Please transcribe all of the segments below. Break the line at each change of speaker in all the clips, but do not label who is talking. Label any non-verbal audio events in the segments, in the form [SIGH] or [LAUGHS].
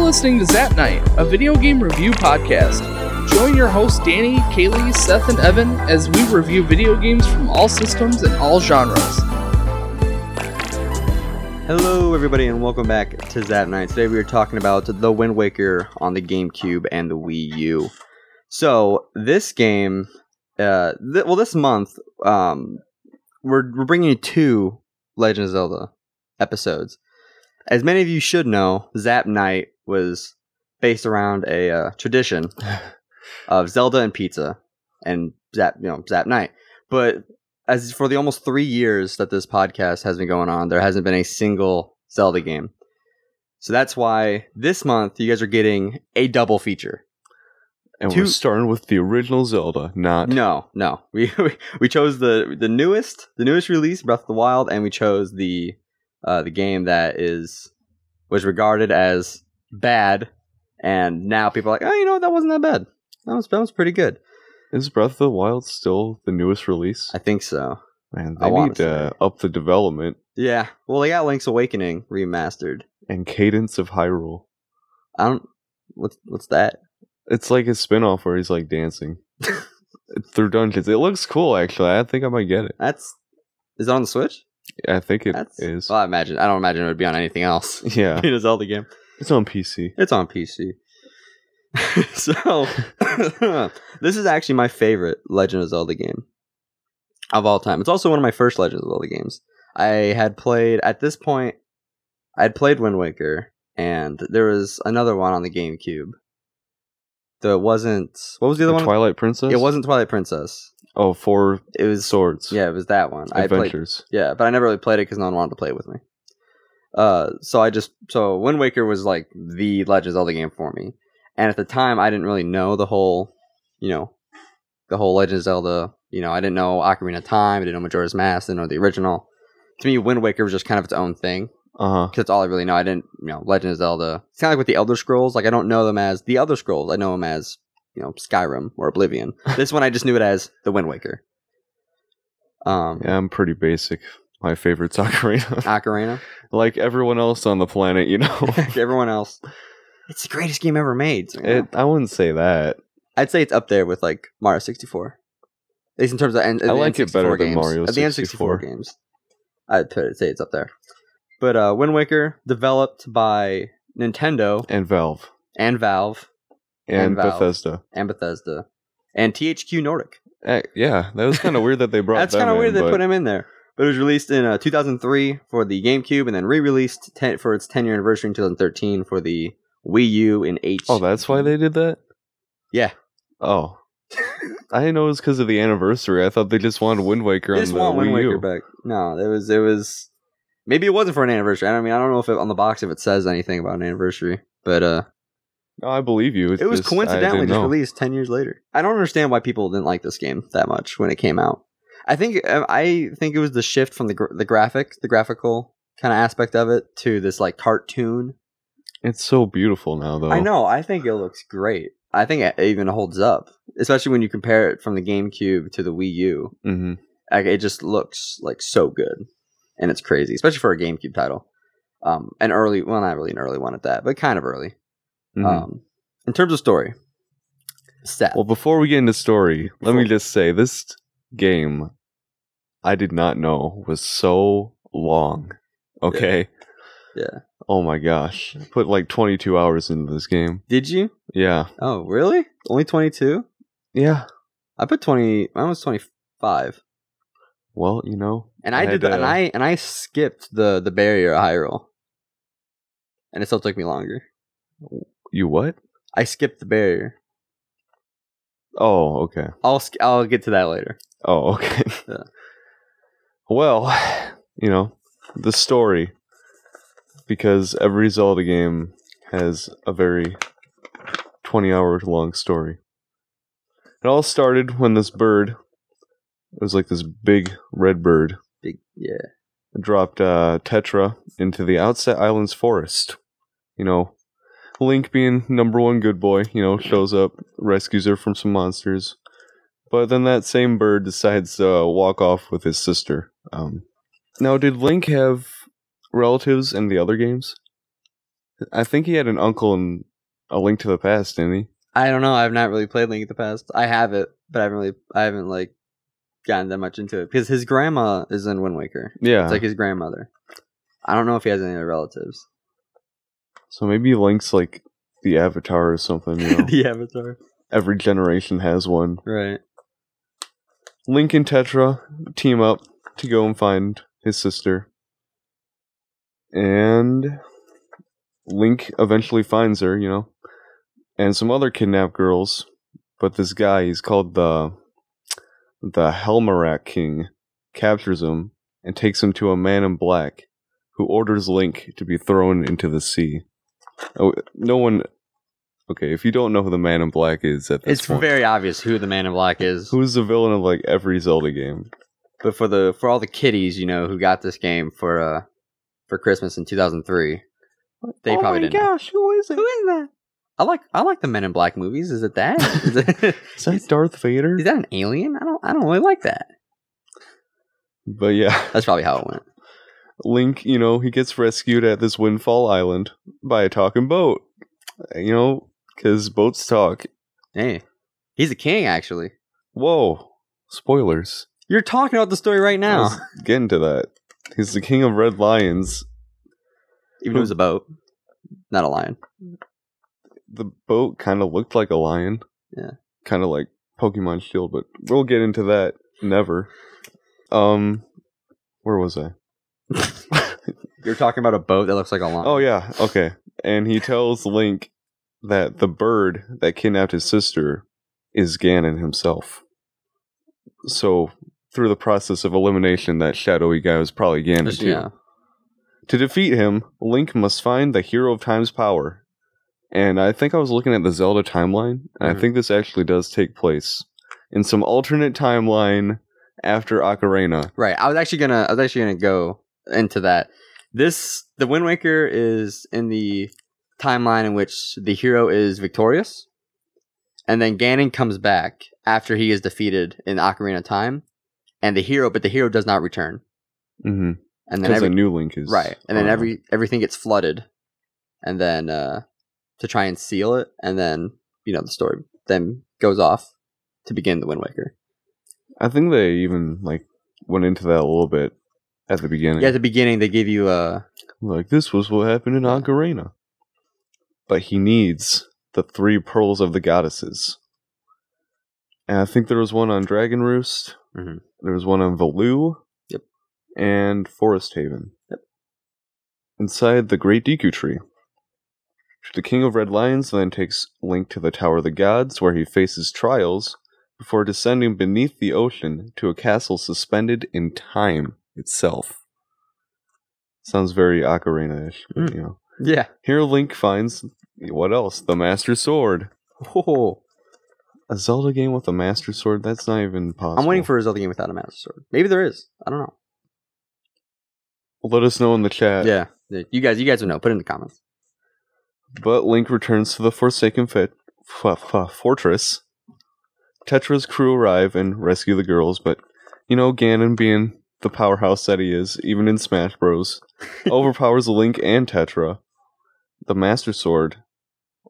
listening to Zap Night, a video game review podcast. Join your hosts Danny, Kaylee, Seth, and Evan as we review video games from all systems and all genres.
Hello, everybody, and welcome back to Zap Night. Today we are talking about The Wind Waker on the GameCube and the Wii U. So this game, uh, th- well, this month, um, we're we're bringing you two Legend of Zelda episodes. As many of you should know, Zap Night was based around a uh, tradition of Zelda and pizza, and Zap, you know, Zap Night. But as for the almost three years that this podcast has been going on, there hasn't been a single Zelda game. So that's why this month you guys are getting a double feature.
And
Two-
we're starting with the original Zelda, not
No, no, [LAUGHS] we we- we chose the the newest the newest release, Breath of the Wild, and we chose the uh, the game that is was regarded as bad, and now people are like, oh, you know what, that wasn't that bad. That was that was pretty good.
is Breath of the Wild still the newest release?
I think so.
Man,
I
they
wanna
need to up the development
Yeah. Well, they got Link's Awakening remastered.
and cadence of Hyrule.
I don't. What's what's that?
It's like a spin-off where he's
[LAUGHS]
like dancing through dungeons. It looks cool, actually. I think I might get it.
That's is it on the Switch?
I think it is.
That's Well, I imagine. I don't imagine it would be on anything else. [LAUGHS]
[LAUGHS] Yeah,
In a Zelda game,
it's on PC.
it's on [LAUGHS] PC. so [COUGHS] this is actually my favorite Legend of Zelda game of all time. It's also one of my first Legend of Zelda games. I had played at this point. I had played Wind Waker, and there was another one on the GameCube. That wasn't. What was the
The
other one?
Twilight Princess.
It wasn't Twilight Princess.
Oh, four
It was
swords.
Yeah, it was that one. I played
adventures.
Yeah, but I never really played it because no one wanted to play it with me. Uh, so I just so Wind Waker was like the Legend of Zelda game for me, and at the time I didn't really know the whole, you know, the whole Legend of Zelda. You know, I didn't know Ocarina of Time, I didn't know Majora's Mask, I didn't know the original. To me, Wind Waker was just kind of its own thing
Uh huh.
because that's all I really know. I didn't, you know, Legend of Zelda. It's kind of like with the Elder Scrolls. Like I don't know them as the Elder Scrolls. I know them as you know Skyrim or Oblivion. this one I just knew it as the Wind Waker. Um,
Yeah, I'm pretty basic. My [LAUGHS] favorite's Ocarina.
Ocarina.
like everyone else on the planet,
[LAUGHS]
you know.
like everyone else. It's the greatest game ever made. so, you know.
it, I wouldn't say that.
I'd say it's up there with like Mario 64. At least in terms of N-
I like
N64
it better than
games.
Mario
Of the N64 games. I'd put it, say it's up there. But uh, Wind Waker, developed by Nintendo
And Valve.
and Valve And
and,
Valve.
Bethesda.
and Bethesda and THQ Nordic.
Eh, yeah, that was kind of weird that they brought.
That's
them
kind of weird
in,
they
but
put him in there. But it was released in uh, 2003 for the GameCube and then re-released ten, for its 10-year anniversary in 2013 for the Wii U in H.
Oh, that's why they did that.
Yeah.
Oh, I didn't know it was because of the anniversary. I thought they just wanted Wind Waker
They
on
just
the
want Wind
Wii
Waker
U.
back. No, it was it was maybe it wasn't for an anniversary. I don't- I mean I don't know if it, on the box if it says anything about an anniversary, but uh,
No, I believe you. It's
it was
just- I
coincidentally
didn't
just
know.
released ten years later. I don't understand why people didn't like this game that much when it came out. I think uh, I think it was the shift from the gr- the graphic, the graphical kind of aspect of it to this like cartoon.
It's so beautiful now, though.
I know. I think it looks great. I think it even holds up, especially when you compare it from the GameCube to the Wii U.
hmm
like, it just looks like so good, and it's crazy, especially for a GameCube title. Um, an early, well, not really an early one at that, but kind of early. Um, in terms of story, Seth.
mm-hmm. well, before we get into story, let me
Before-
just say this game I did not know was so long. Okay.
Yeah.
Oh my gosh. I put like 22 hours into this game.
did you?
Yeah.
Oh, really? Only twenty two?
Yeah.
I put twenty. Mine was twenty five,
Well, you know,
and I,
I
did.
had,
The, and
uh,
I and I skipped the the barrier of Hyrule, and it still took me longer.
you what?
I skipped the barrier.
Oh, okay.
I'll sk- I'll get to that later.
Oh, [LAUGHS] okay.
Yeah.
Well, you know, the story because every Zelda game has a very 20 hour long story. It all started when this bird, it was like this big red bird,
Big yeah.
dropped uh, Tetra into the Outset Islands forest. You know, Link being number one good boy, you know, shows up, rescues her from some monsters. But then that same bird decides to uh, walk off with his sister. Um, now, did Link have relatives in the other games? I think he had an uncle in A Link to the Past, didn't he?
I don't know. I've not really played Link in the Past. I have it, but I haven't really, I haven't like gotten that much into it because his grandma is in Wind Waker.
Yeah.
It's like his grandmother. I don't know if he has any other relatives.
so maybe Link's like the Avatar or something. You know?
the Avatar,
Every generation has one.
right?
Link and Tetra team up to go and find his sister. And Link eventually finds her, you know, and some other kidnapped girls. But this guy, he's called the the Helmarak King, captures him and takes him to a man in black who orders Link to be thrown into the sea. Oh, no one. Okay, if you don't know who the man in black is at this
it's
point,
very obvious who the Man in Black is.
who's the villain of like every Zelda game?
But for the for all the kiddies, you know, who got this game for uh for Christmas in 2003, they
oh
probably
my
didn't.
gosh, who is it?
Who is that? I like I like the Men in Black movies. Is it that? Is, it, [LAUGHS]
Is that Darth Vader?
is that an alien? I don't I don't really like that.
but yeah, [LAUGHS]
That's probably how it went.
Link, you know, he gets rescued at this windfall island by a talking boat. Uh, You know, because boats talk.
Hey, he's a king actually.
Whoa, spoilers.
You're talking about the story right
I
now.
was getting to that. He's the king of red lions.
Even though it was a boat, not a lion.
The boat kind of looked like a lion.
Yeah.
Kind of like Pokemon Shield, but we'll get into that never. Um, where was I?
You're talking about a boat that looks like a lion.
Oh yeah, okay. And he tells Link that the bird that kidnapped his sister is Ganon himself. So through the process of elimination, that shadowy guy was probably Ganon too.
yeah.
To defeat him, Link must find the Hero of Time's power. And I think I was looking at the Zelda timeline, and I
Mhm.
think this actually does take place in some alternate timeline after Ocarina.
Right. I was actually gonna I was actually gonna go into that. This the Wind Waker is in the timeline in which the hero is victorious. And then Ganon comes back after he is defeated in Ocarina of Time. And the hero but the hero does not return.
Mm-hmm.
And then
Because
every,
a new Link is
Right. And then
around.
every everything gets flooded. And then uh to try and seal it, and then you know the story then goes off to begin the Wind Waker.
I think they even like went into that a little bit at the beginning.
Yeah, at the beginning they give you uh, a
like this was what happened in Ocarina. But he needs the three pearls of the goddesses. And I think there was one on Dragon Roost.
Mhm.
There was one on Valu.
Yep.
And Forest Haven. Yep. Inside the Great Deku Tree. The King of Red Lions then takes Link to the Tower of the Gods, where he faces trials before descending beneath the ocean to a castle suspended in time itself. Sounds very Ocarina ish, but
Mm.
you know.
yeah.
Here Link finds what else? The Master Sword.
Oh,
A Zelda game with a Master Sword? That's not even possible.
I'm waiting for a Zelda game without a Master Sword. Maybe there is. I don't know.
Let us know in the chat.
yeah. Yeah, You guys, you guys would know. Put it in the comments.
But Link returns to the Forsaken fit, f- f- Fortress. Tetra's crew arrive and rescue the girls, but you know, Ganon, being the powerhouse that he is, even in Smash Bros., overpowers Link and Tetra. The Master Sword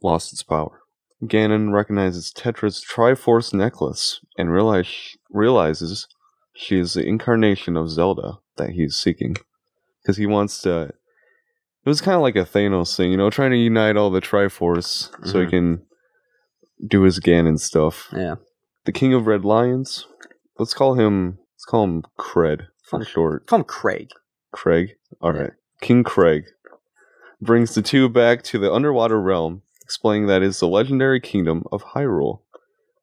lost its power. Ganon recognizes Tetra's Triforce necklace and realize, realizes she is the incarnation of Zelda that he's seeking. Because he wants to it was kind of like a Thanos thing, you know, trying to unite all the Triforce so he
Mhm.
can do his Ganon stuff.
Yeah.
The King of Red Lions. Let's call him. Let's call him Cred for short.
Call him Craig.
Craig. All
Yeah.
right. King Craig brings the two back to the underwater realm, explaining that is the legendary kingdom of Hyrule,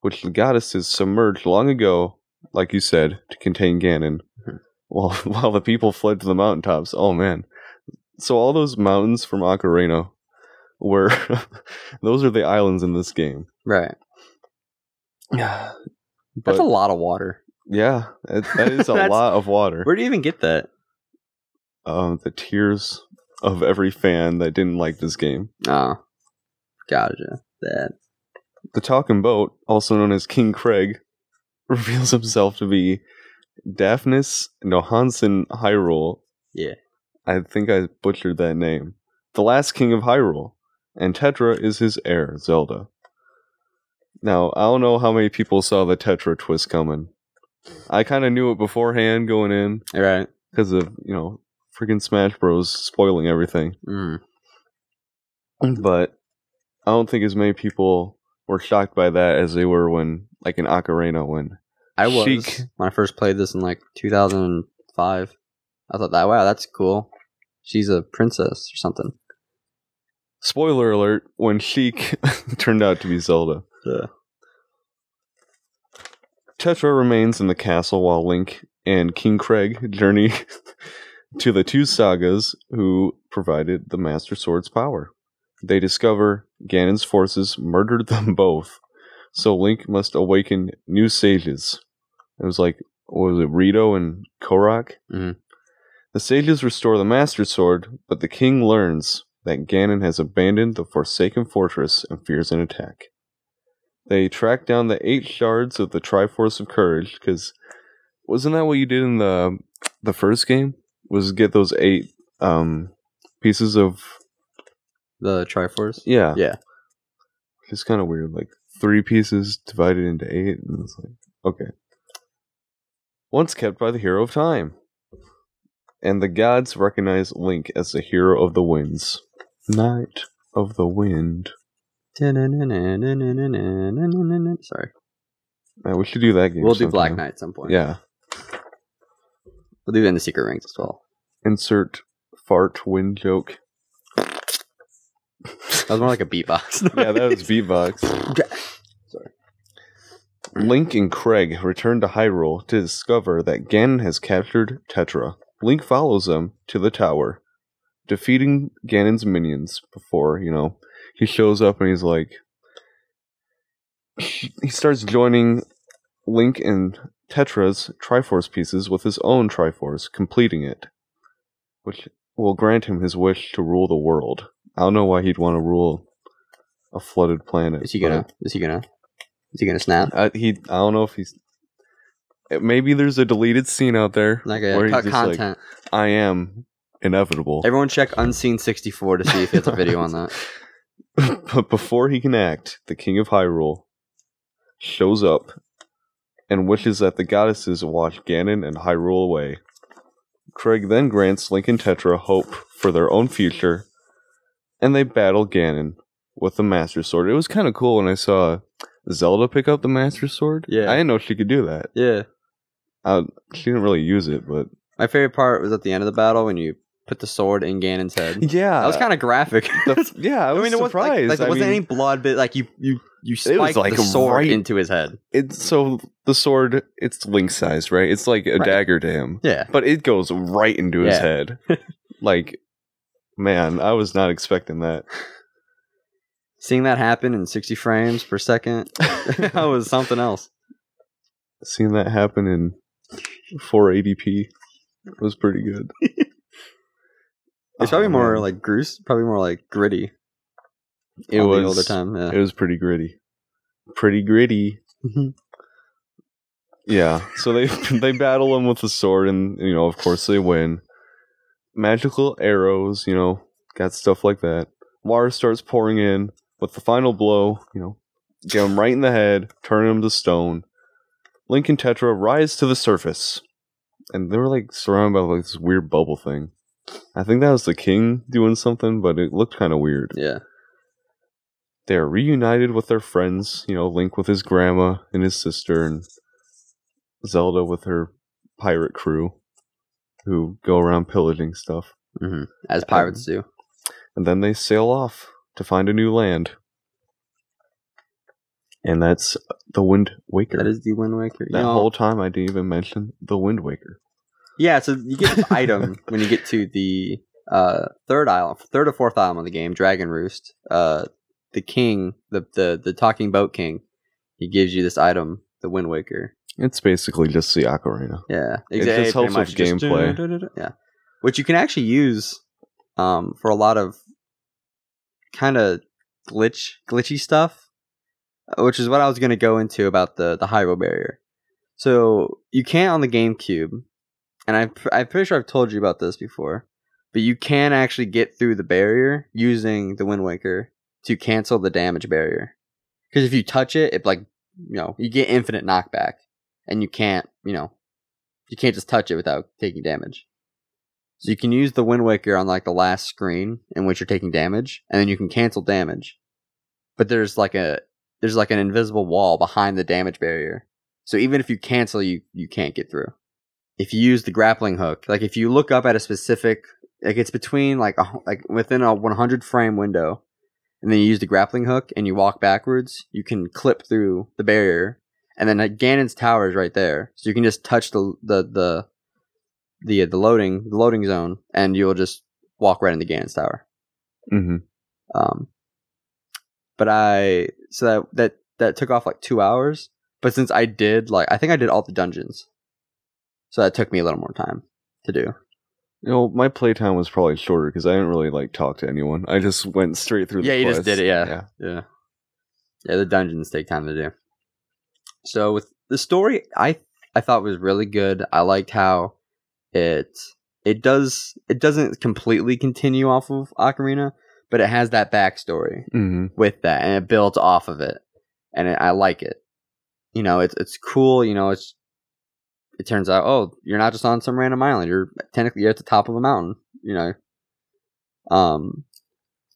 which the goddesses submerged long ago, like you said, to contain Ganon.
Mhm.
While [LAUGHS] while the people fled to the mountaintops. Oh man. So all those mountains from Ocarina were [LAUGHS] those are the islands in this game.
Right.
Yeah.
[SIGHS] That's
But
a lot of water.
yeah, it,
[LAUGHS]
that is a
That's-
lot of water.
Where do you even get that?
um, the tears of every fan that didn't like this game.
Oh, gotcha. That.
The talking boat, also known as King Craig, [LAUGHS] reveals himself to be Daphnis Johansen Hyrule.
Yeah.
I think I butchered that name. the last king of Hyrule, and Tetra is his heir, Zelda. Now, I don't know how many people saw the Tetra twist coming. I kind of knew it beforehand going in
All right.
because of, you know, freaking Smash Bros. spoiling everything.
Mm.
But I don't think as many people were shocked by that as they were when, like, in Ocarina, when
I was
Sheik.
when I first played this in like 2005. I thought that wow, that's cool. She's a princess or something.
spoiler alert when Sheik [LAUGHS] turned out to be Zelda.
Yeah.
Tetra remains in the castle while Link and King Craig journey [LAUGHS] to the two sagas who provided the Master Sword's power. They discover Ganon's forces murdered [LAUGHS] them both, so Link must awaken new sages. It was like, what was it, Rito and Korok?
Mhm.
The sages restore the Master Sword, but the king learns that Ganon has abandoned the Forsaken Fortress and fears an attack they track down the eight shards of the Triforce of Courage. Because wasn't that what you did in the the first game? Was get those eight um pieces of
The Triforce.
yeah
Yeah.
It's kind of weird, like three pieces divided into eight, and it's like okay. Once kept by the hero of time, and the gods recognize Link as the hero of the winds, Knight of the Wind.
Sorry.
Man, we should do that game.
We'll do Black
sometime.
Knight at some point.
Yeah.
We'll do that in the Secret Rings as well.
insert fart wind joke.
That was more like a beatbox.
[LAUGHS] Yeah, that was beatbox.
Sorry.
Link and Craig return to Hyrule to discover that Ganon has captured Tetra. Link follows them to the tower, defeating Ganon's minions before, you know, he shows up and he's like. [SNIFFS] He starts joining Link and Tetra's Triforce pieces with his own Triforce, completing it, which will grant him his wish to rule the world. I don't know why he'd want to rule a flooded planet.
[LAUGHS] Is he gonna?
but-
Is he gonna? Is he gonna snap?
I, he, I don't know if he's. eh, Maybe there's a deleted scene out there
Like
where
a
he's
cut
just like,
content.
I am inevitable.
Everyone check Unseen 64 to see if it's a video on
[LAUGHS]
that.
but before he can act, the king of Hyrule shows up and wishes that the goddesses watch Ganon and Hyrule away. Craig then grants Link and Tetra hope for their own future, and they battle Ganon with the Master Sword. It was kind of cool when I saw Zelda pick up the Master Sword.
Yeah.
I didn't know she could do that.
Yeah.
I, she didn't really use it, but
My favorite part was at the end of the battle when you put the sword in Ganon's head.
[LAUGHS] yeah,
that was kind of graphic. [LAUGHS]
The, yeah, I was
it was like,
surprised.
like, there
I
wasn't
mean-
any blood, but like you, you, you
was
spiked
like
the sword
right-
into his head.
it's so the sword it's link sized right it's like a
Right.
dagger to him
Yeah,
but it goes right into his
Yeah. [LAUGHS]
head like man i was not expecting
[LAUGHS]
that [LAUGHS]
seeing that happen in 60 frames per second, [LAUGHS] that was something else.
seeing that happen in 480p was pretty good
It's probably
Oh,
more
man.
like gruesome, probably more like gritty.
it
on
was
the older time. Yeah.
it was pretty gritty pretty gritty Yeah. So they [LAUGHS] they battle him with the sword, and you know, of course, they win. Magical arrows, you know, got stuff like that. Water starts pouring in with the final blow. You know, get him right in the head, turn him to stone. Link and Tetra rise to the surface, and they were like surrounded by like this weird bubble thing. I think that was the king doing something, but it looked kind of weird.
[LAUGHS] yeah,
They are reunited with their friends, you know, Link with his grandma and his sister, and Zelda with her pirate crew who go around pillaging stuff.
as pirates do.
And then they sail off to find a new land. And that's uh, the Wind Waker.
That is the Wind Waker. You
That
know-
whole time I didn't even mention the Wind Waker.
Yeah, so you get the
[LAUGHS]
item when you get to the uh, third island, third or fourth island of the game, Dragon Roost. Uh, the king, the, the the talking boat king, he gives you this item, the Wind Waker.
It's basically just the Ocarina.
Yeah,
It just
pretty
helps
much
with
just-
gameplay.
Yeah, which you can actually use um, for a lot of kind of glitch glitchy stuff, uh, which is what I was going to go into about the the Hyrule barrier. So you can't on the GameCube, and I'm pr- I'm pretty sure I've told you about this before, but you can actually get through the barrier using the Wind Waker to cancel the damage barrier. Because if you touch it, it like you know you get infinite knockback, and you can't you know you can't just touch it without taking damage. So you can use the Wind Waker on like the last screen in which you're taking damage, and then you can cancel damage. But there's like a there's like an invisible wall behind the damage barrier. So even if you cancel, you you can't get through. If you use the grappling hook, like if you look up at a specific, like it's between like a, hu- like within a 100 frame window, and then you use the grappling hook and you walk backwards, you can clip through the barrier, and then uh, Ganon's tower is right there, so you can just touch the the the the uh, the loading the loading zone, and you'll just walk right into Ganon's tower.
Mm-hmm.
Um, but I so that that that took off like two hours. But since I did like I think I did all the dungeons, so that took me a little more time to do.
You know, my playtime was probably shorter because I didn't really like talk to anyone. I just went straight through.
Yeah,
the
you just
quest.
did it, Yeah, yeah, the dungeons take time to do. So with the story, I I thought was really good. I liked how it it does it doesn't completely continue off of Ocarina, but it has that backstory.
Mm-hmm.
with that and it builds off of it and it, i like it you know it's it's cool you know it's it turns out oh you're not just on some random island you're technically you're at the top of a mountain you know um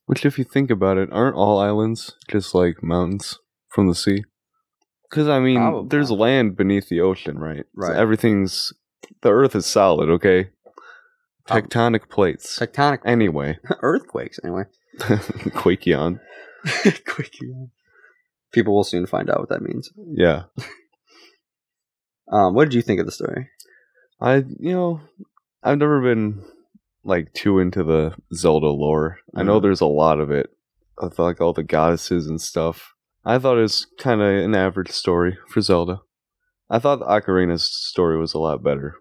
Which, if you think about it, aren't all islands just like mountains from the sea? Because I mean,
Probably.
there's land beneath the ocean, right? So
Right.
everything's the Earth is solid, okay?
Um,
Tectonic plates.
tectonic [LAUGHS]
anyway, [LAUGHS]
earthquakes anyway
quake yawn.
[LAUGHS] quick yeah. people will soon find out what that means
Yeah,
um what did you think of the story
I you know, I've never been like too into the Zelda lore. I know
Mhm.
there's a lot of it. I thought like all the goddesses and stuff. I thought it was kind of an average story for Zelda. I thought the Ocarina's story was a lot better,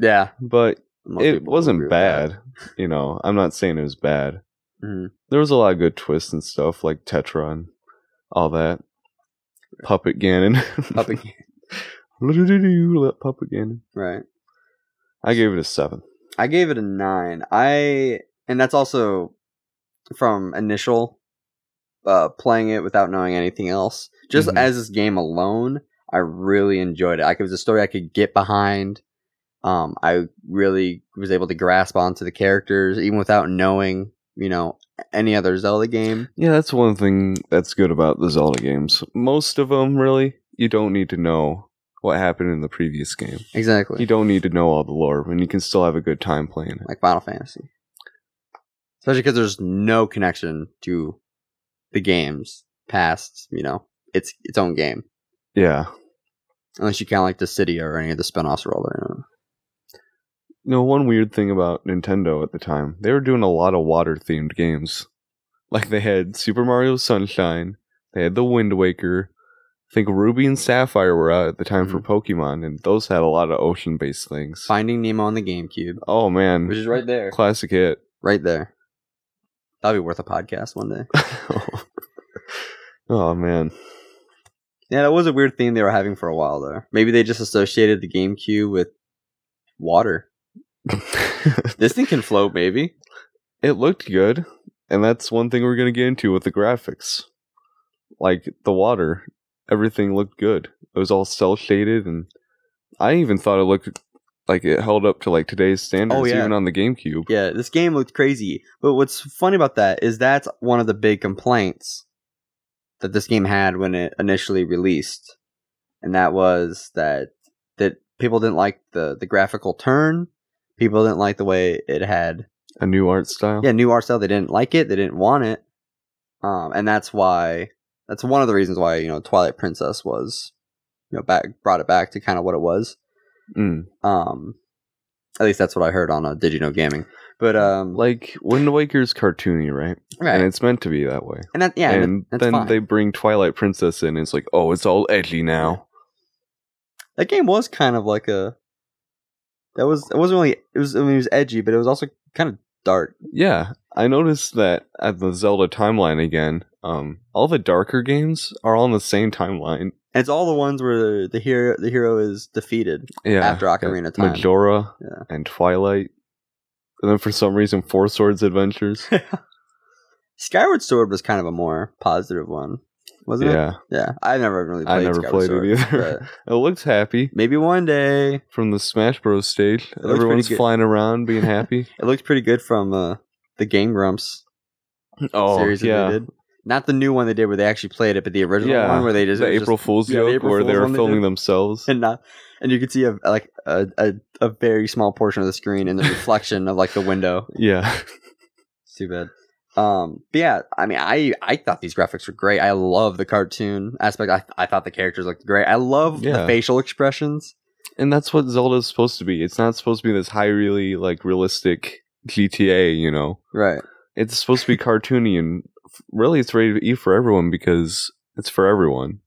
yeah
but it wasn't bad. You know, I'm not saying it was bad.
Mhm.
There was a lot of good twists and stuff, like Tetra and all that. Puppet Ganon. [LAUGHS]
Puppet-
Lu-du-du-du, Puppet Ganon.
right
I gave it a seven.
I gave it a nine. I and that's also from initial uh, playing it without knowing anything else. Just
Mhm.
as this game alone, I really enjoyed it. Like it was a story I could get behind. Um, I really was able to grasp onto the characters even without knowing, you know, any other Zelda game.
Yeah, that's one thing that's good about the Zelda games. Most of them, really, you don't need to know what happened in the previous game. You
Exactly,
don't need to know all the lore, and you can still have a good time playing it.
like Final Fantasy, especially because there's no connection to the games past, you know, its its own game.
Yeah.
Unless you count like the city or any of the spin-offs rolled in.
You know, one weird thing about Nintendo at the time, they were doing a lot of water themed games. Like they had Super Mario Sunshine, they had The Wind Waker. I think Ruby and Sapphire were out at the time
Mm-hmm.
for Pokemon, and those had a lot of ocean based things.
Finding Nemo on the GameCube,
Oh man.
which is right there.
Classic hit. [LAUGHS]
Right there. That'll be worth a podcast one day.
oh man.
Yeah, that was a weird theme they were having for a while though. Maybe they just associated the GameCube with water. This thing can float, maybe.
it looked good, and that's one thing we're gonna get into with the graphics. Like the water, everything looked good. It was all cell shaded, and I even thought it looked like it held up to like today's standards,
Oh, yeah.
even on the GameCube.
Yeah, this game looked crazy. But what's funny about that is that's one of the big complaints that this game had when it initially released. And that was that that people didn't like the, the graphical turn. People didn't like the way it had
A new art style.
yeah, new art style. They didn't like it, they didn't want it. Um, and that's why that's one of the reasons why, you know, Twilight Princess was you know back brought it back to kind of what it was
Mm.
um at least that's what i heard on uh, did you know gaming but um
Like Wind Waker's cartoony, right?
right
And
and,
it's meant to be that way.
that yeah and
and
that's
then
fine.
they bring Twilight Princess in. And it's like, oh, it's all edgy now.
that game was kind of like a that was it wasn't really it was i mean it was edgy but it was also kind of dark
Yeah, I noticed that at the Zelda timeline again. Um, all the darker games are all on the same timeline.
and it's all the ones where the hero the hero is defeated
Yeah,
After Ocarina of Time.
Majora
Yeah.
and Twilight. And then for some reason, Four
[LAUGHS]
Swords Adventures.
Skyward Sword was kind of a more positive one, wasn't it?
yeah.
Yeah, I've never really
I
played.
never
Skyward
played it
Sword,
either.
but
It looks happy
maybe one day. It
from the Smash Bros. stage.
looks pretty
Everyone's
good.
flying around
[LAUGHS]
being happy.
looks pretty good from uh, the Game Grumps
oh,
series that
yeah.
they did. Not the new one they did where they actually played it, but the original
Yeah,
one where they just
the
it was
April
just,
Fool's
yeah, the
joke
April
where
Fool's
they were
one they
filming
did. [LAUGHS]
themselves.
and not and you could see a like a, a, a very small portion of the screen in the reflection of like the window.
[LAUGHS] yeah.
It's too bad. Um, but yeah, I mean, I I thought these graphics were great. I love the cartoon aspect. I I thought the characters looked great. I love the
Yeah.
facial expressions.
And that's what Zelda's supposed to be. It's not supposed to be this highly like realistic GTA, you know.
Right.
It's supposed to be cartoony and f- really it's rated E for everyone because it's for everyone.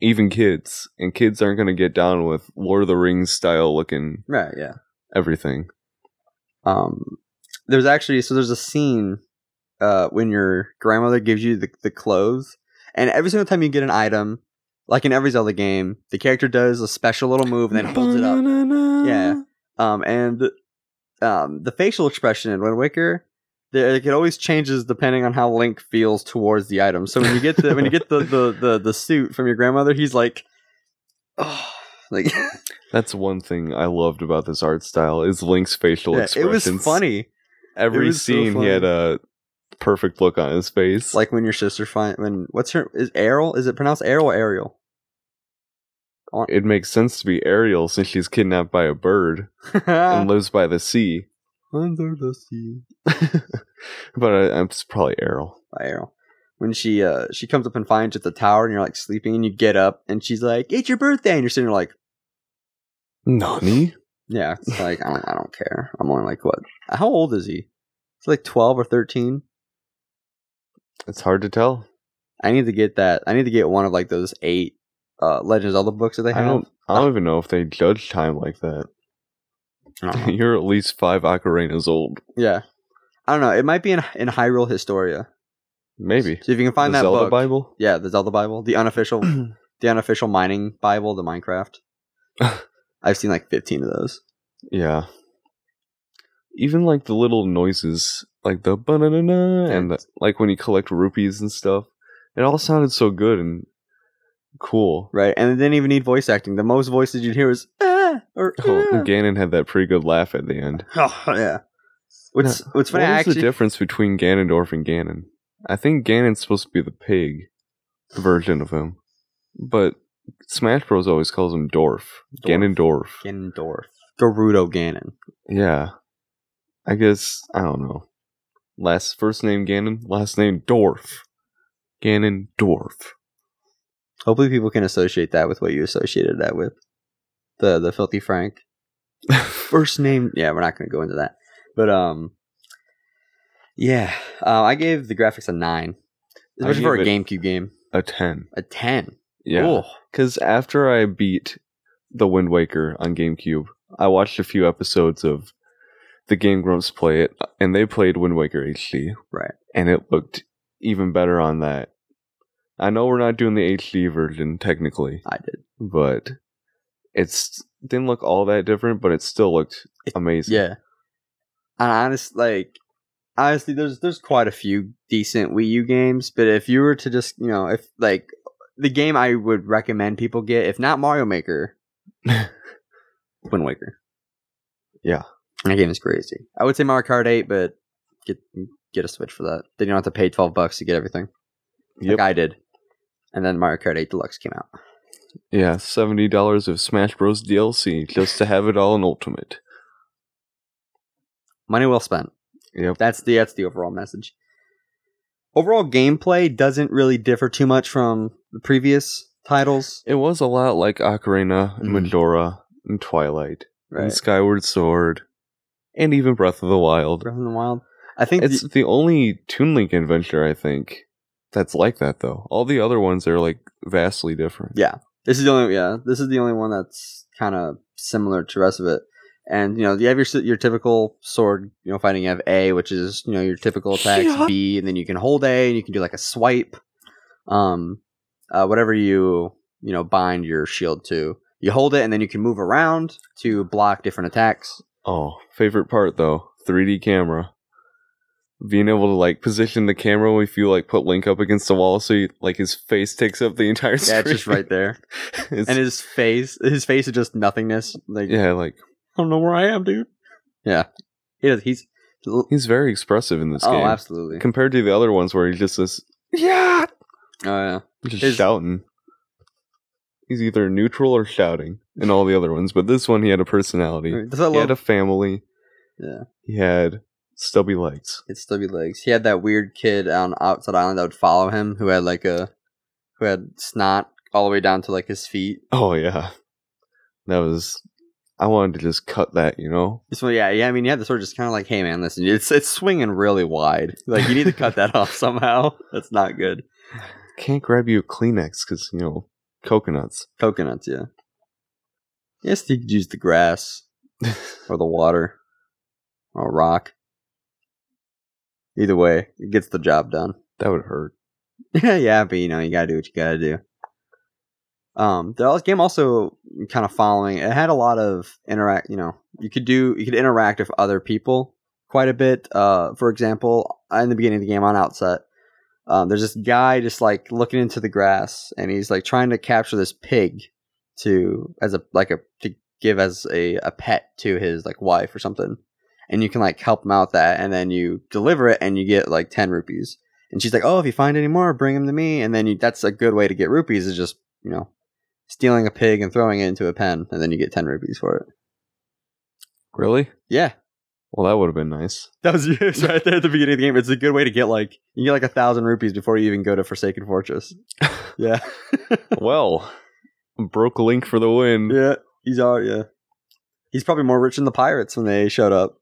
Even kids. And kids aren't going to get down with Lord of the Rings style looking
Right. Yeah.
everything.
um there's actually so there's a scene uh when your grandmother gives you the, the clothes and every single time you get an item like in every zelda game the character does a special little move and then holds it up Yeah. um and um the facial expression in wind waker there, it always changes depending on how link feels towards the item so when you get the when you get the the the, the suit from your grandmother he's like oh like [LAUGHS]
That's one thing I loved about this art style is Link's facial
yeah, it
expressions.
was funny
Every
was so
scene
funny.
he had a perfect look on his face.
It's like when your sister find when what's her is Ariel? Is it pronounced Ariel or Ariel?
it makes sense to be Ariel since she's kidnapped by a bird
[LAUGHS]
and
Under
lives by the sea.
the sea.
but I, it's probably Errol.
By Ariel. When she uh she comes up and finds you at the tower and you're like sleeping and you get up and she's like, It's your birthday and you're sitting there like,
Nani?
Yeah, it's like I don't I don't care. I'm only like what? How old is he? It's like twelve or thirteen.
It's hard to tell.
I need to get that I need to get one of like those eight uh Legend of Zelda books that they
I
have.
don't. I don't even know if they judge time
[LAUGHS]
like that. [LAUGHS]
I don't know.
You're at least five ocarinas old,
yeah. I don't know. It might be in in Hyrule Historia.
maybe.
So if you can find
the
that
Zelda
book.
Bible.
Yeah, the Zelda Bible, the
[CLEARS THROAT]
unofficial, the unofficial mining Bible, the
[LAUGHS]
Minecraft. I've seen like fifteen of those.
Yeah. Even like the little noises, like the banana and the, like when you collect rupees and stuff, it all sounded so good and cool.
Right, and they didn't even need voice acting. The most voices you'd hear was ah or
Oh, and
"Ah."
Ganon had that pretty good laugh at the end.
Oh, yeah. What's what's
What
funny?
is
I
the
actually,
difference between Ganondorf and Ganon? I think Ganon's supposed to be the pig version of him, but Smash Bros always calls him Dorf. Ganondorf.
Ganondorf, Gerudo Ganon.
Yeah, I guess I don't know. Last first name Ganon, last name Dorf.
[LAUGHS]
Ganondorf.
Hopefully, people can associate that with what you associated that with. The the filthy Frank first name. Yeah, we're not going to go into that. But um, yeah, uh, I gave the graphics a nine,
I
especially for a
gave it-
GameCube game.
A ten.
A ten.
Yeah,
Ooh.
because after I beat the Wind Waker on GameCube, I watched a few episodes of the Game Grumps play it, and they played Wind Waker HD.
Right.
and it looked even better on that. I know we're not doing the HD version technically,
I did.
but it's didn't look all that different, but it still looked
It-
amazing.
Yeah. And honest, like honestly, there's there's quite a few decent Wii U games, but if you were to just you know if like the game I would recommend people get, if not Mario Maker,
[LAUGHS]
Wind Waker.
Yeah.
that game is crazy. I would say Mario Kart Eight, but get get a Switch for that. Then you don't have to pay twelve bucks to get everything,
Yep.
like I did. And then Mario Kart Eight Deluxe came out.
yeah, seventy dollars of Smash Bros DLC just to have it all in Ultimate.
Money well spent.
Yep.
That's the that's the overall message. Overall gameplay doesn't really differ too much from the previous titles.
It was a lot like Ocarina, and
Mhm.
Majora, and Twilight, and Skyward Sword, and even Breath of the Wild.
Breath of the Wild. I think
It's
the-
the only Toon Link adventure I think that's like that though. All the other ones are like vastly different.
Yeah. this is the only yeah this is the only one that's kind of similar to the rest of it. And you know you have your s- your typical sword you know fighting. You have A, which is you know your typical attacks.
Yeah.
B, and then you can hold A and you can do like a swipe. Um, uh, whatever you you know bind your shield to,
[LAUGHS]
you hold it and then you can move around to block different attacks.
Oh, favorite part though, 3D camera, being able to like position the camera if you like put Link up against the wall, so you, like his face takes up the entire
Yeah,
screen.
it's just right there.
[LAUGHS] It's-
And his face, his face is just nothingness. Like
yeah, like
I don't know where I am, dude. Yeah, he does, he's oh,
he's very expressive in this game
absolutely.
compared to the other ones where he's just this yeah,
Oh yeah,
just
His-
shouting. He's either neutral or shouting in all the other ones, but this one he had a personality.
does I
He had
love
a family.
Yeah.
He had stubby legs.
his stubby legs? He had that weird kid on outside island that would follow him, who had like a who had snot all the way down to like his feet.
Oh yeah. That was I wanted to just cut that, you know?
So yeah, yeah. I mean, yeah, the sword just kind of like, hey man, listen, it's it's swinging really wide. Like you need to cut that [LAUGHS] off somehow. That's not good.
Can't grab you a Kleenex because, you know, coconuts.
Coconuts, yeah. Yes, you could use the grass or the water or a rock. Either way, it gets the job done.
That would hurt.
[LAUGHS] yeah, but you know, you gotta do what you gotta do. Um, the game also kind of following it had a lot of interact. You know, you could do you could interact with other people quite a bit. Uh, for example, in the beginning of the game on outset, um, there's this guy just like looking into the grass, and he's like trying to capture this pig to as a like a to give as a a pet to his like wife or something. And you can like help him out with that, and then you deliver it, and you get like ten rupees. And she's like, "Oh, if you find any more, bring them to me." And then you, that's a good way to get rupees is just you know stealing a pig and throwing it into a pen, and then you get ten rupees for it.
Really?
Yeah,
Well that would have been nice.
that was [LAUGHS] yours right there at the beginning of the game. It's a good way to get like you get like a thousand rupees before you even go to Forsaken
[LAUGHS]
Fortress. yeah, [LAUGHS]
well broke link for the win. [LAUGHS]
yeah, he's all yeah. He's probably more rich than the pirates when they showed up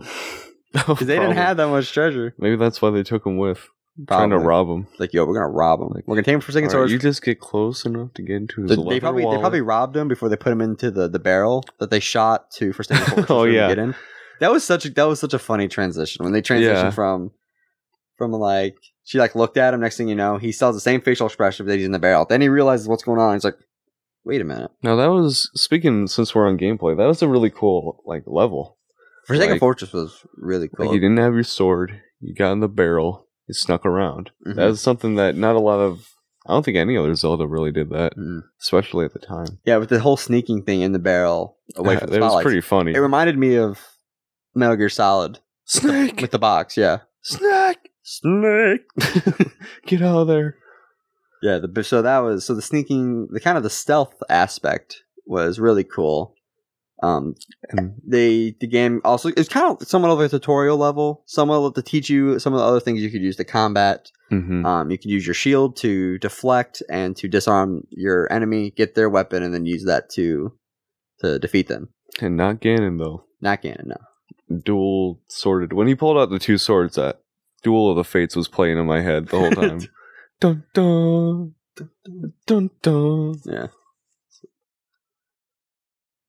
because they didn't
Probably.
have that much treasure.
Maybe that's why they took him with. Trying to
Probably.
rob him.
Like, yo, we're gonna rob him. we're gonna take him for Forsaken
All right,
Fortress.
you just get close enough to get into his
They-
leather
they probably
wallet.
they probably robbed him before they put him into the, the barrel that they shot to for Stanley Fortress
Oh,
for him to
yeah.
get in. That was such a that was such a funny transition when they transitioned
Yeah.
from from like she like looked at him. Next thing you know, he still has the same facial expression that he's in the barrel. Then he realizes what's going on. He's like, wait a minute,
Now that was speaking since we're on gameplay, that was a really cool like level.
Forsaken
Like-
Fortress was really cool.
Like you didn't have your sword, you got in the barrel, you snuck around.
Mhm.
That was something that not a lot of I don't think any other Zelda really did that,
Mhm.
especially at the time.
Yeah, with the whole sneaking thing in the barrel away from the
that was
spotlights.
pretty funny.
It reminded me of Metal Gear Solid
[LAUGHS] Snake,
with the box. Yeah,
snake, snake, [LAUGHS] get out of there!
Yeah, the so that was so the sneaking, the kind of the stealth aspect was really cool. Um,
And
they the game also it's kind of somewhat of a tutorial level, somewhat to teach you some of the other things you could use to combat.
mhm.
Um, you can use your shield to deflect and to disarm your enemy, get their weapon, and then use that to to defeat them.
and not Ganon though.
Not Ganon, no.
Dual sorted. When he pulled out the two swords, that Duel of the Fates was playing in my head
[LAUGHS]
the whole time. dun dun dun dun.
Yeah.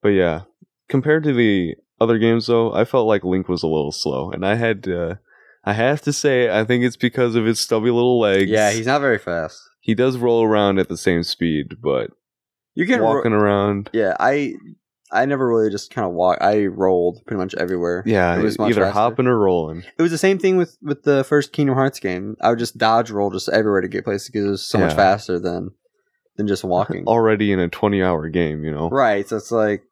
But yeah, compared to the other games though, I felt like Link was a little slow, and I had to, I have to say, I think it's because of his stubby little legs.
Yeah, he's not very fast.
he does roll around at the same speed, but
You can ro-
walking around,
yeah, I I never really just kind of walk. I rolled pretty much everywhere.
yeah,
It was much
either
faster.
hopping or rolling.
It was the same thing with with the first Kingdom Hearts game. I would just dodge roll just everywhere to get places because it was so much
Yeah. Oh.
faster than than
[LAUGHS]
just walking.
Already in a twenty-hour game, you know.
right, so it's like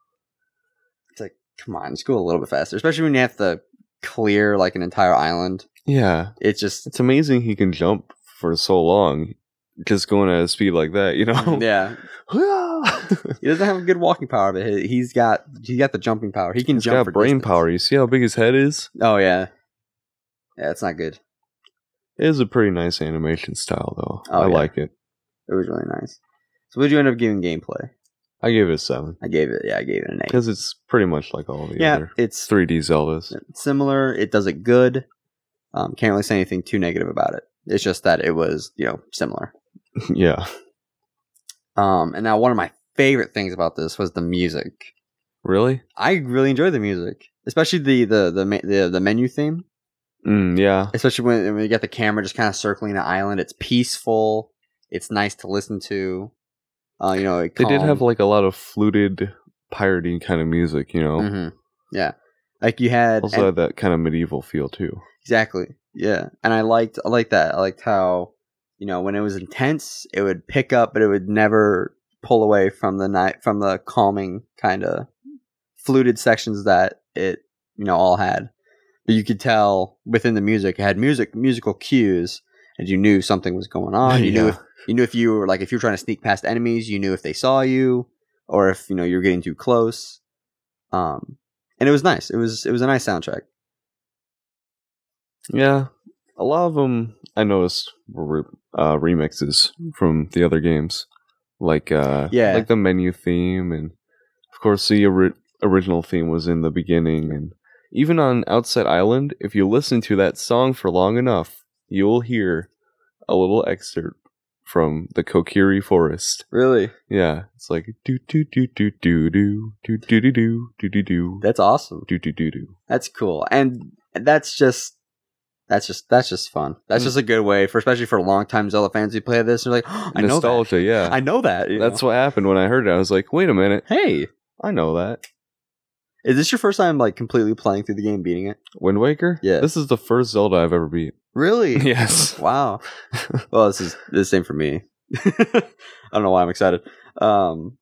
it's like come on, just go a little bit faster, especially when you have to clear like an entire island.
Yeah,
It's just
it's amazing he can jump for so long, just going at a speed like that, you know.
[LAUGHS] yeah,
[LAUGHS]
he doesn't have good walking power, but he- he's got he's got the jumping power. He can
He's
jump.
got
for
brain
distance.
power. You see how big his head is?
Oh yeah, yeah, it's not good.
It is a pretty nice animation style, though.
Oh,
I
yeah.
like it.
It was really nice. So, what would you end up giving gameplay?
I gave it a seven
I gave it, yeah, I gave it an eight.
because it's pretty much like all the
Yeah,
other
it's
3D Zeldas.
similar. It does it good. Um, can't really say anything too negative about it. It's just that it was, you know, similar.
[LAUGHS] yeah,
Um, and now one of my favorite things about this was the music.
really?
I really enjoyed the music, especially the the the ma- the, the menu theme.
Mm, yeah,
Especially when, when you got the camera just kind of circling the island. It's peaceful. It's nice to listen to. Uh, you know, it
they did
calm- Mm-hmm.
have like a lot of fluted piratey kind of music, you know.
Mhm. Yeah, Like you had
Also had that kind of medieval feel too.
Exactly. Yeah. And I liked I liked that. I liked how, you know, when it was intense, it would pick up but it would never pull away from the night from the calming kind of fluted sections that it, you know, all had. But you could tell within the music it had music musical cues and you knew something was going on. You knew
Yeah.
if you knew if you were like if you were trying to sneak past enemies, you knew if they saw you or if, you know, you were getting too close. Um and it was nice. It was it was a nice soundtrack.
Yeah, a lot of them I noticed were re- uh, remixes from the other games, like uh,
Yeah.
like the menu theme, and of course the ori- original theme was in the beginning, and even on Outset Island, if you listen to that song for long enough, you'll hear a little excerpt from the Kokiri Forest.
Really?
Yeah, it's like do do do do do do do do do do do do do
That's awesome.
do do do do.
That's cool, and that's just that's just that's just fun. That's
Hmm.
just a good way for especially for longtime Zelda fans who play this. They're like, "Oh, I know that.
Nostalgia, yeah.
I know that. you
That's
know?
what happened when I heard it. I was like, wait a minute.
Hey,
I know that.
is this your first time like completely playing through the game, beating it?
Wind Waker?
Yeah.
This is the first Zelda I've ever
[LAUGHS]
beat.
Really? [LAUGHS]
yes.
Wow. well, this is the same for me. [LAUGHS] I don't know why I'm excited. Um,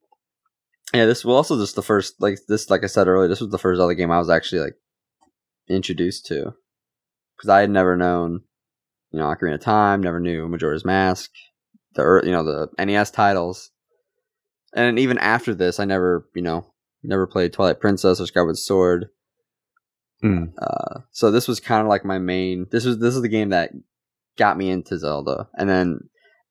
yeah, this was also just the first like this. Like I said earlier, this was the first other game I was actually like introduced to because I had never known, you know, Ocarina of Time, never knew Majora's Mask, the ear- you know the NES titles, and even after this, I never you know never played Twilight Princess or Skyward Sword.
Mm.
Uh, so this was kind of like my main. This was this is the game that got me into Zelda, and then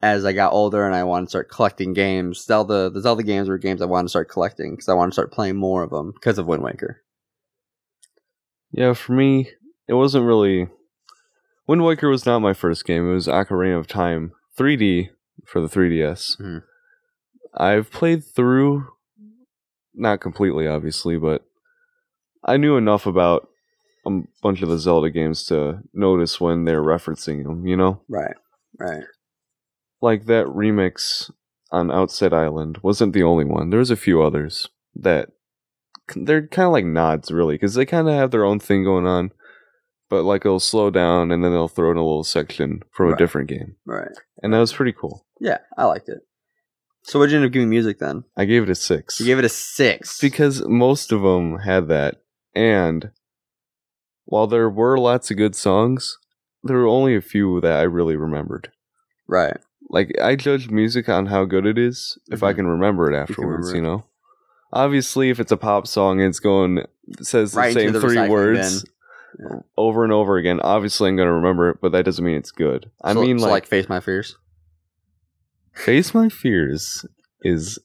as I got older and I wanted to start collecting games, Zelda the Zelda games were games I wanted to start collecting because I wanted to start playing more of them because of Wind Waker.
Yeah, for me, it wasn't really. Wind Waker was not my first game. It was Ocarina of Time 3D for the 3DS.
Mhm.
I've played through, not completely, obviously, but I knew enough about a m- bunch of the Zelda games to notice when they're referencing them, you know?
Right, right.
like that remix on Outset Island wasn't the only one. There was a few others that they're kind of like nods, really, because they kind of have their own thing going on. But like it'll slow down and then they'll throw in a little section from a
Right.
different game,
Right.
and that was pretty cool.
Yeah, I liked it. So what'd you end up giving music then?
I gave it a six
You gave it a six.
because most of them had that, and while there were lots of good songs, there were only a few that I really remembered.
right.
like I judge music on how good it is if I
Mhm.
can remember it
can remember
afterwards, you,
it.
know. Obviously, if it's a pop song and it's going it says
Right into
the same
the
three
recycling
words
bin. Yeah.
over and over again, obviously I'm going to remember it, but that doesn't mean it's good. I
So-
mean,
so,
like,
face my fears.
Face My Fears is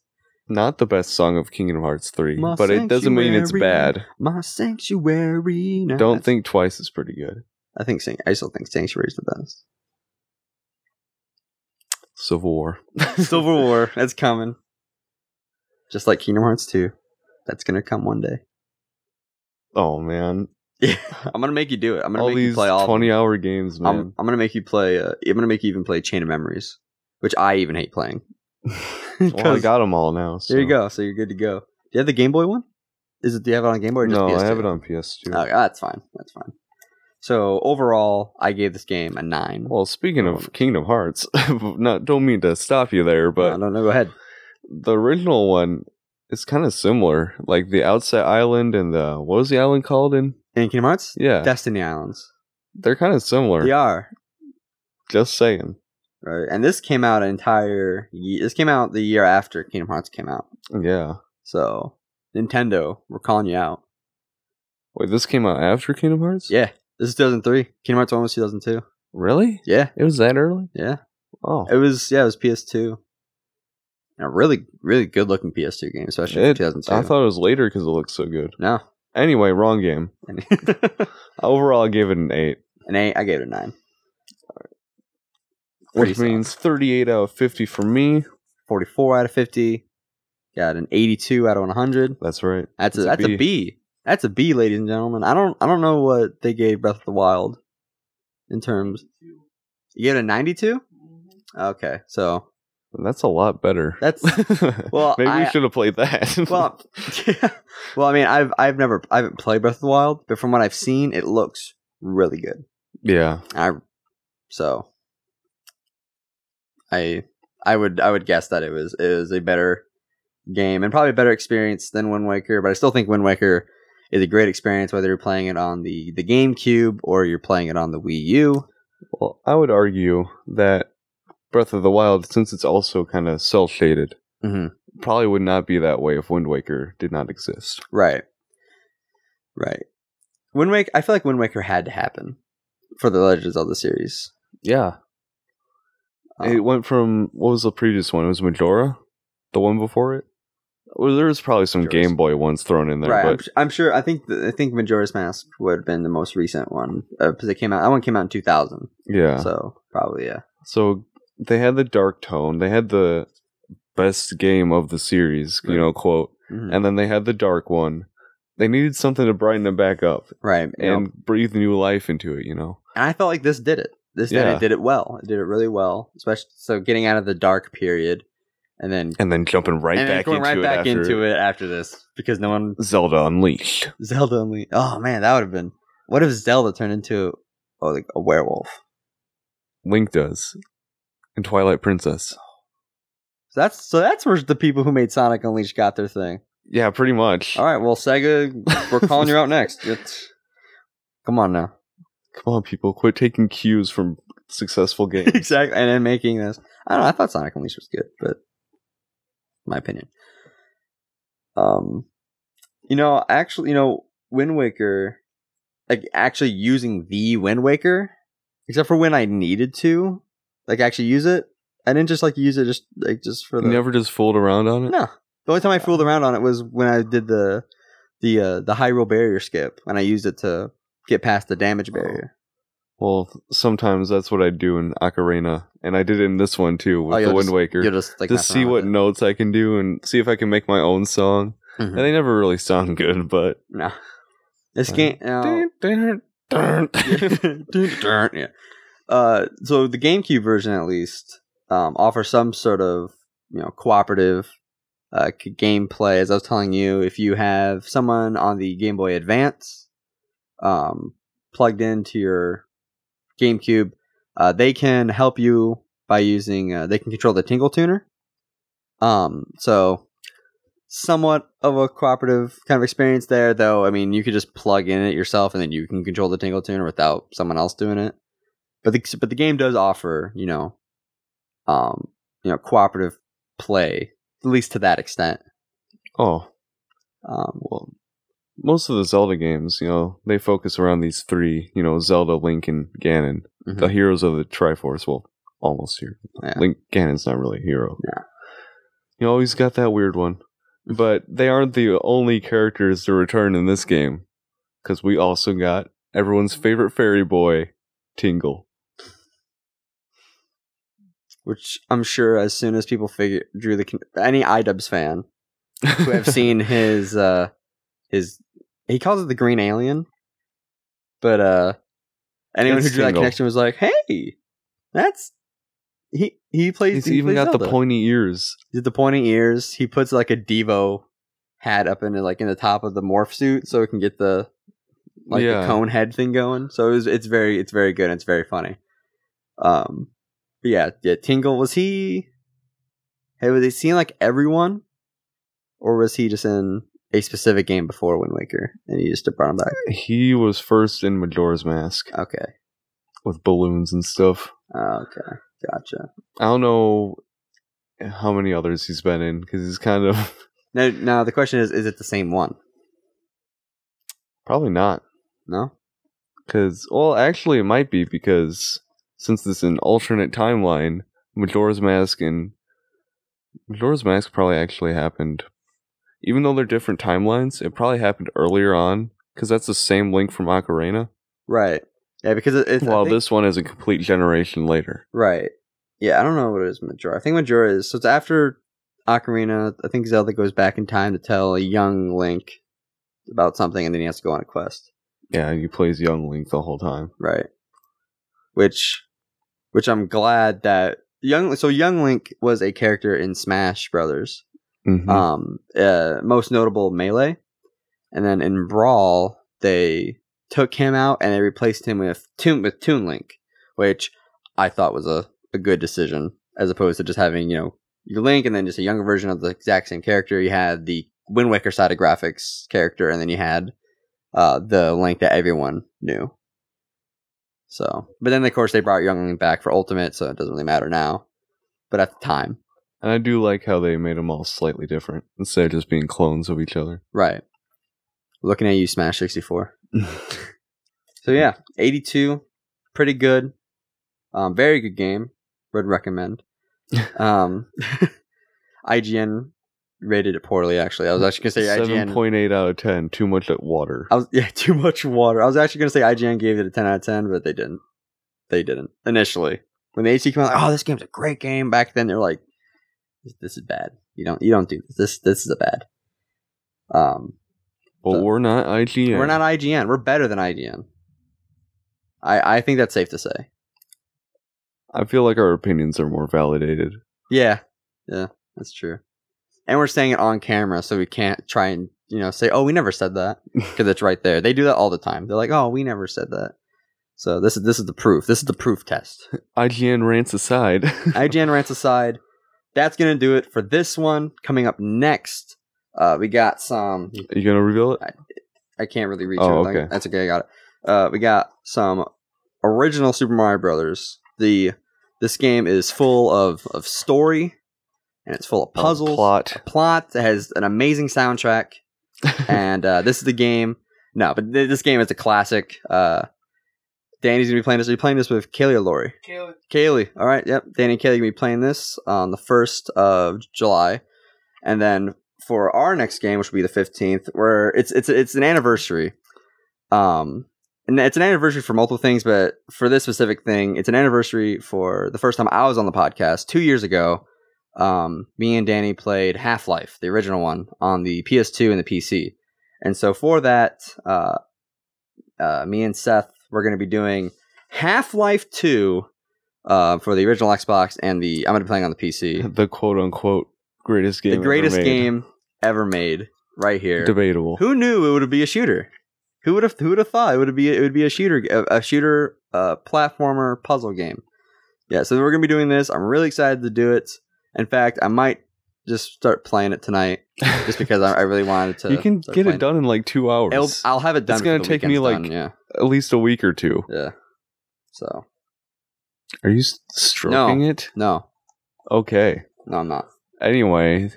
not the best song of Kingdom Hearts 3,
My
but it doesn't mean it's
sanctuary.
bad.
My sanctuary. Now.
Don't think twice is pretty good.
I think San- I still think sanctuary is the best.
[LAUGHS] Civil War.
Silver War, that's coming. Just like Kingdom Hearts 2. That's gonna come one day.
Oh man,
Yeah, [LAUGHS] I'm gonna make you do it. I'm gonna
all
make
these
you play all. of them.
twenty-hour games, man.
I'm, I'm gonna make you play. Uh, I'm gonna make you even play Chain of Memories, which I even hate [LAUGHS] playing.
well, I
'Cause-
got them all now.
There you
so-
go. So you're good to go. Do you have the Game Boy one? Is it? Do you have it on a Game Boy? Or just
No,
PS2?
I have it on PS2.
Okay, Oh, that's fine. That's fine. So overall, I gave this game a nine.
Well, speaking of Kingdom Hearts, [LAUGHS] not don't mean to stop you there,
but
but
Oh. no, no, go ahead.
the original one is kind of similar, like the Outset Island and the what was the island called in?
In Kingdom Hearts,
Yeah,
Destiny Islands.
they're kind of similar.
They are.
just saying.
Right, and this came out an entire. Ye- this came out the year after Kingdom Hearts came out.
Yeah.
So Nintendo, we're calling you out.
Wait, this came out after Kingdom Hearts?
Yeah, this is 2003. Kingdom Hearts One was 2002.
Really?
Yeah,
It was that early?
yeah.
Oh,
It was yeah, it was PS2. And a really, really good looking PS2 game, especially
It-
for 2002.
I thought it was later because it looked so good. [LAUGHS]
no,
Anyway, wrong game.
an
Overall, I gave it an eight,
eight. I gave it a nine. Pretty
which
solid.
means thirty-eight out of fifty for me.
44 out of 50. Got an 82 out of 100.
That's right.
That's a,
It's a
that's a
B.
B. That's a B, ladies and gentlemen. I don't I don't know what they gave Breath of the Wild in terms. You gave it a ninety-two. Okay, so
That's a lot better.
That's
[LAUGHS]
well,
Maybe we
I-
should have played that.
well, [LAUGHS] yeah. well. I mean, I've I've never I haven't played Breath of the Wild, but from what I've seen, it looks really good.
yeah.
I so I I would I would guess that it was it was a better game and probably a better experience than Wind Waker, but I still think Wind Waker is a great experience whether you're playing it on the the GameCube or you're playing it on the Wii U.
Well, I would argue that Breath of the Wild, since it's also kind of cell shaded,
Mhm.
probably would not be that way if Wind Waker did not exist.
Right. Right. Wind Waker I feel like Wind Waker had to happen for the Legend of Zelda series.
Yeah.
Uh,
It went from what was the previous one? It was Majora, the one before it. Well, there was probably some
Majora's-
Game Boy ones thrown in there,
right, I'm,
but
su- I'm sure. I think the, I think Majora's Mask would have been the most recent one because it came out. That one came out in 2000,
yeah. So.
so probably yeah.
they had the dark tone. They had the best game of the series, you
Right.
know, quote,
Mhm.
and then they had the dark one. They needed something to brighten it back up
Right. you know,
and breathe new life into it, you know.
and I felt like this did it. This did
Yeah.
it did it well. It did it really well. Especially so getting out of the dark period and then
And then jumping right
and then
back
going
into
right
it
back
after
into it after this because no one
Zelda Unleashed.
Zelda only. Oh man, that would have been. What if Zelda turned into oh like a werewolf?
Link does. And Twilight Princess.
So that's so that's where the people who made Sonic Unleashed got their thing.
Yeah, pretty much.
All right, well Sega, we're calling you
[LAUGHS]
out next. It's, come on now.
Come on, people, quit taking cues from successful games.
exactly. And then making this. I don't know. I thought Sonic Unleashed was good, but my opinion. Um, you know, actually, you know, Wind Waker, like actually using the Wind Waker, except for when I needed to, like actually use it. I didn't just like use it just like just [LAUGHS] for the.
You never just fooled around on it.
No. The only time I fooled around on it was when I did the the uh, the Hyrule barrier skip, and I used it to get past the
Oh,
damage barrier.
Well, sometimes that's what I do in Ocarina, and I did it in this one too with
Oh, you'll
the Wind
just-
Waker.
You're just like
to
messing
see
around
what
with it.
notes I can do and see if I can make my own song.
Mhm.
And they never really sound good, but
No. This
Right.
game. no. [LAUGHS] yeah. Uh, so the GameCube version, at least, um, offers some sort of you know cooperative uh, c- gameplay. As I was telling you, if you have someone on the Game Boy Advance um, plugged into your GameCube, uh, they can help you by using. Uh, they can control the Tingle Tuner. Um, so somewhat of a cooperative kind of experience there, though. I mean, you could just plug in it yourself, and then you can control the Tingle Tuner without someone else doing it. But the but the game does offer, you know, um, you know, cooperative play at least to that extent.
[LAUGHS] oh
Um,
well, most of the Zelda games, you know, they focus around these three, you know, Zelda, Link, and Ganon,
Mhm.
the heroes of the Triforce. Well, almost here.
Yeah.
Link Ganon's not really a hero.
Yeah. Mm-hmm.
You know, he's got that weird one, but they aren't the only characters to return in this game, because we also got everyone's favorite fairy boy, Tingle.
which I'm sure as soon as people figure drew the con- any iDubbbz fan who have seen his uh his he calls it the green alien but uh anyone
It's
who drew that
Tingle.
connection was like hey that's he he plays
[LAUGHS] He's
he
even
plays
got the
Zelda."
pointy ears.
He did the pointing ears he puts like a devo hat up in like in the top of the morph suit so it can get the like
yeah.
the cone head thing going so it was, it's very it's very good and it's very funny um but yeah yeah tingle was he hey was he seeing like everyone or was he just in a specific game before wind waker and he just brought him back
He was first in Majora's Mask
okay
with balloons and stuff.
okay gotcha
I don't know how many others he's been in because he's kind of [LAUGHS]
now now the question is is it the same one
probably not.
no
Because well, actually, it might be because since this is an alternate timeline, Majora's Mask and Majora's Mask probably actually happened. Even though they're different timelines, it probably happened earlier on because that's the same link from Ocarina.
right yeah because it, it's I
While
think-
this one is a complete generation later.
Right. Yeah, I don't know what it is Majora. I think Majora is so it's after Ocarina. I think Zelda goes back in time to tell a young Link about something and then he has to go on a quest.
Yeah, he plays young Link the whole time.
Right. Which which I'm glad that Young so Young Link was a character in Smash Brothers.
Mhm.
Um, uh, most notable melee, and then in Brawl they took him out and they replaced him with Toon with Toon Link, which I thought was a, a good decision as opposed to just having you know your Link and then just a younger version of the exact same character. You had the Wind Waker side of graphics character, and then you had uh, the Link that everyone knew. So, but then of course they brought Young Link back for Ultimate, so it doesn't really matter now. But at the time,
and I do like how they made them all slightly different instead of just being clones of each other.
Right. Looking at you, Smash 64. [LAUGHS] So, yeah, 82. Pretty good. Um, very good game. Would [LAUGHS] recommend. Um, [LAUGHS] IGN rated it poorly, actually. I was actually going to say
Seven
IGN.
point eight out of ten. Too much at water.
I was, [LAUGHS] yeah, too much water. I was actually going to say IGN gave it a 10 out of 10, but they didn't. They didn't initially. When the HD came out, like, oh, this game's a great game. Back then, they were like, this, this is bad. You don't, you don't do this. This, this is a bad. Um,
but we're not IGN.
We're not IGN. We're better than IGN. I I think that's safe to say.
I feel like our opinions are more validated.
Yeah, yeah, that's true. And we're saying it on camera, so we can't try and you know say, "Oh, we never said that," because it's right there. They do that all the time. They're like, "Oh, we never said that." So this is this is the proof. This is the proof test.
IGN rants aside.
IGN rants aside. That's gonna do it for this one. Coming up next, uh, we got some
Are [LAUGHS] you gonna reveal it?
I can't really reach
Oh,
it.
okay.
That's okay. I got it. Uh, we got some original Super Mario Brothers. The this game is full of of story, and it's full of puzzles,
plot.
plot. It has an amazing
[LAUGHS]
soundtrack, and uh, this is the game. No, but th- this game is a classic. Uh, Danny's gonna be playing this. Are you playing this with Kaylee or Lori?
Kaylee.
Kaylee. All right. Yep. Danny and Kaylee gonna be playing this on the first of July, and then for our next game, which will be the fifteenth, where it's it's it's an anniversary. Um, and it's an anniversary for multiple things, but for this specific thing, it's an anniversary for the first time I was on the podcast two years ago. Um, me and Danny played Half Life, the original one, on the PS2 and the PC, and so for that, uh, uh, me and Seth we're going to be doing Half Life Two uh, for the original Xbox and the I'm going to be playing on the PC.
the quote unquote greatest game.
the greatest
ever made.
game ever made, right here.
Debatable. [LAUGHS]
Who knew it would be a shooter? Who would have Who would have thought it would be it would be a shooter a, a shooter uh, platformer puzzle game? Yeah, so we're gonna be doing this. I'm really excited to do it. In fact, I might just start playing it tonight, just because I, I really wanted to.
you can
start
get
playing
it done in like two hours.
It'll- I'll have it done.
It's
for
gonna
the
take me,
weekend's
like-
done,
At least a week or two.
yeah, yeah. So
Are you s- stroking it?
no,
Okay.
no, I'm not.
Anyway,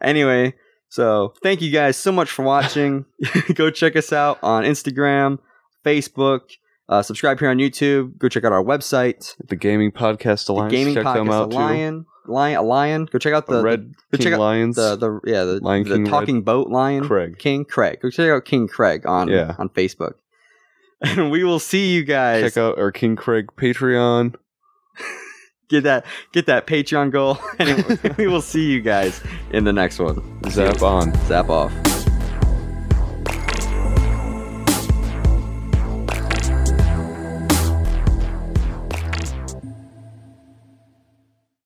anyway, so thank you guys so much for
[LAUGHS]
watching. [LAUGHS] Go check us out on Instagram, Facebook. Uh, subscribe here on YouTube. Go check out our website,
the Gaming Podcast
the
Alliance.
Gaming
check them
Podcast
out too.
Lion, Lion, Lion. Go check out the,
The Red
go
King
check out
Lions.
the the yeah the,
Lion
the
King Red.
talking boat lion
Craig.
King Craig. Go check out King Craig on
Yeah.
on Facebook, [LAUGHS] and we will see you guys.
Check out our King Craig Patreon.
get that get that [LAUGHS]
[LAUGHS]
Patreon goal, and we will see you guys in the next one.
Zap on.
Zap off.